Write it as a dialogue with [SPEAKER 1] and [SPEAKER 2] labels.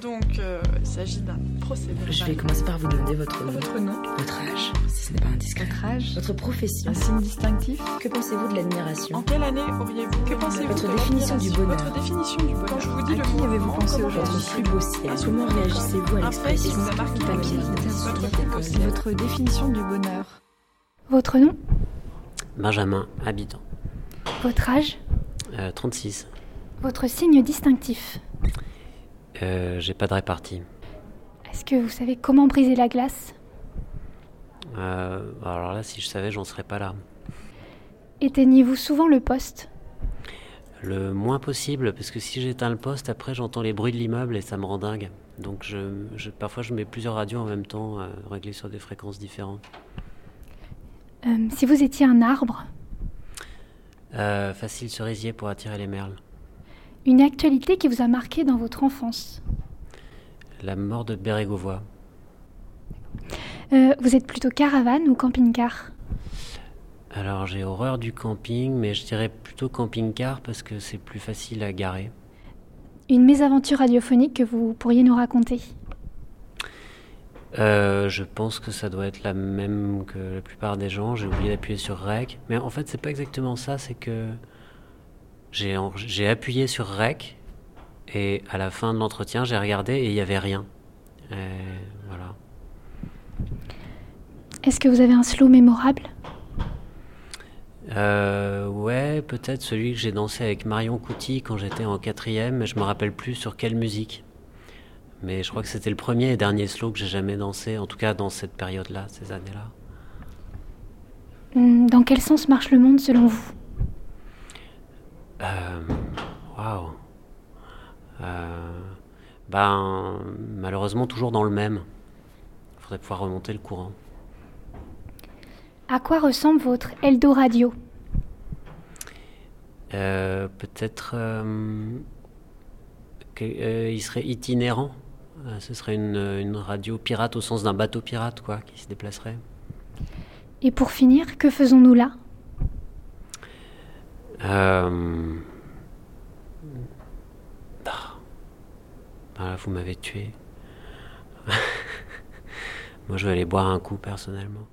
[SPEAKER 1] Donc, euh, il s'agit d'un procédé.
[SPEAKER 2] Je vais
[SPEAKER 1] verbal.
[SPEAKER 2] commencer par vous demander votre,
[SPEAKER 1] Votre nom,
[SPEAKER 2] votre âge, si ce n'est pas indiscret.
[SPEAKER 3] Votre âge
[SPEAKER 2] Votre profession.
[SPEAKER 3] Un signe distinctif
[SPEAKER 2] Que pensez-vous de
[SPEAKER 1] en
[SPEAKER 2] l'admiration
[SPEAKER 1] quelle année auriez-vous Que pensez-vous
[SPEAKER 2] Votre
[SPEAKER 1] de
[SPEAKER 2] définition du
[SPEAKER 1] l'admiration
[SPEAKER 2] bonheur.
[SPEAKER 1] Votre définition du bonheur. Quand je vous dis
[SPEAKER 3] À
[SPEAKER 1] le
[SPEAKER 3] qui
[SPEAKER 1] mot
[SPEAKER 3] avez-vous
[SPEAKER 1] comment
[SPEAKER 3] pensé
[SPEAKER 1] vous
[SPEAKER 3] aujourd'hui
[SPEAKER 2] Votre plus beau ciel. Comment réagissez-vous à
[SPEAKER 1] Un
[SPEAKER 2] l'expression
[SPEAKER 1] précis, ça marque
[SPEAKER 2] tout à
[SPEAKER 1] une
[SPEAKER 2] pied
[SPEAKER 1] Votre plus beau ciel.
[SPEAKER 3] Votre définition du bonheur
[SPEAKER 4] Votre nom
[SPEAKER 5] Benjamin, habitant.
[SPEAKER 4] Votre âge
[SPEAKER 5] Euh, 36.
[SPEAKER 4] Votre signe distinctif
[SPEAKER 5] Euh, J'ai pas de répartie.
[SPEAKER 4] Est-ce que vous savez comment briser la glace
[SPEAKER 5] Euh, alors là, si je savais, j'en serais pas là.
[SPEAKER 4] Éteignez-vous souvent le poste
[SPEAKER 5] Le moins possible, parce que si j'éteins le poste, après j'entends les bruits de l'immeuble et ça me rend dingue. Donc je, je- parfois je mets plusieurs radios en même temps, euh, réglées sur des fréquences différentes.
[SPEAKER 4] Euh, Si vous étiez un arbre,
[SPEAKER 5] Euh, facile cerisier pour attirer les merles.
[SPEAKER 4] une actualité qui vous a marqué dans votre enfance
[SPEAKER 5] La mort de Bérégovoy.
[SPEAKER 4] Euh, Vous êtes plutôt caravane ou camping-car
[SPEAKER 5] Alors j'ai horreur du camping, mais je dirais plutôt camping-car parce que c'est plus facile à garer.
[SPEAKER 4] Une mésaventure radiophonique que vous pourriez nous raconter
[SPEAKER 5] Euh, je pense que ça doit être la même que la plupart des gens. J'ai oublié d'appuyer sur REC. Mais en fait, c'est pas exactement ça. C'est que j'ai en- j'ai appuyé sur REC et à la fin de l'entretien, j'ai regardé et il n'y avait rien. Et voilà.
[SPEAKER 4] Est-ce que vous avez un slow mémorable
[SPEAKER 5] Euh, ouais, peut-être celui que j'ai dansé avec Marion Couty quand j'étais en quatrième, mais je me rappelle plus sur quelle musique. Mais je crois que c'était le premier et dernier slow que j'ai jamais dansé, en tout cas dans cette période-là, ces années-là.
[SPEAKER 4] Hum, Dans quel sens marche le monde selon vous
[SPEAKER 5] Euh, Waouh. Euh, ben, malheureusement, toujours dans le même. Il faudrait pouvoir remonter le courant.
[SPEAKER 4] À quoi ressemble votre Eldo Radio
[SPEAKER 5] Euh, Peut-être euh, qu'il serait itinérant. Euh, ce serait une, une radio pirate au sens d'un bateau pirate, quoi, qui se déplacerait.
[SPEAKER 4] Et pour finir, que faisons-nous là
[SPEAKER 5] Euh... ah. Ah, vous m'avez tué. Moi, je vais aller boire un coup, personnellement.